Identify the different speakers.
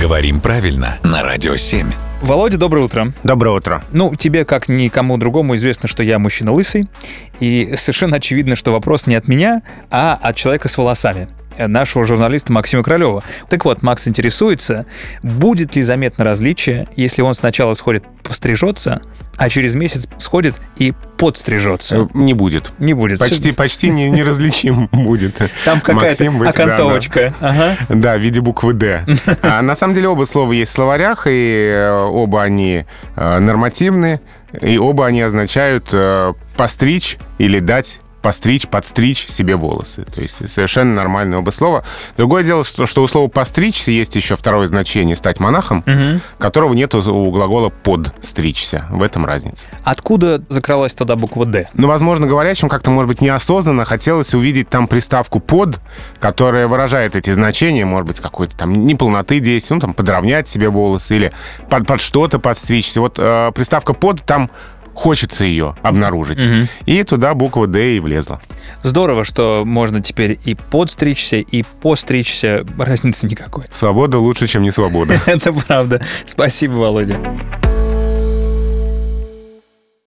Speaker 1: Говорим правильно на Радио 7.
Speaker 2: Володя, доброе утро.
Speaker 3: Доброе утро.
Speaker 2: Ну, тебе, как никому другому, известно, что я мужчина лысый, и совершенно очевидно, что вопрос не от меня, а от человека с волосами э, нашего журналиста Максима Кролева. Так вот, Макс интересуется, будет ли заметно различие, если он сначала сходит пострижется, а через месяц сходит и подстрижется.
Speaker 3: Не будет.
Speaker 2: Не будет.
Speaker 3: Э, Почти,
Speaker 2: Всё-
Speaker 3: почти не, неразличим будет.
Speaker 2: Там какая-то
Speaker 3: Максим, быть, да, да.
Speaker 2: окантовочка. Ага.
Speaker 3: Да, в виде буквы «Д». А, На самом деле оба слова есть в словарях, и э, оба они э, нормативны, и оба они означают э, «постричь» или «дать» постричь, подстричь себе волосы. То есть совершенно нормальные оба слова. Другое дело, что, что у слова «постричься» есть еще второе значение «стать монахом», которого нет у, у глагола «подстричься». В этом разница.
Speaker 2: Откуда закралась тогда буква «Д»?
Speaker 3: Но, Ну, возможно, говорящим как-то, может быть, неосознанно хотелось увидеть там приставку «под», которая выражает эти значения, может быть, какой-то там неполноты действия, ну, там, подровнять себе волосы или под, под что-то подстричься. Вот э, приставка «под» там хочется ее обнаружить. И туда буква «Д» и влезла.
Speaker 2: Здорово, что можно теперь и подстричься, и постричься. Разницы никакой.
Speaker 3: Свобода лучше, чем не свобода.
Speaker 2: Это правда. Спасибо, Володя.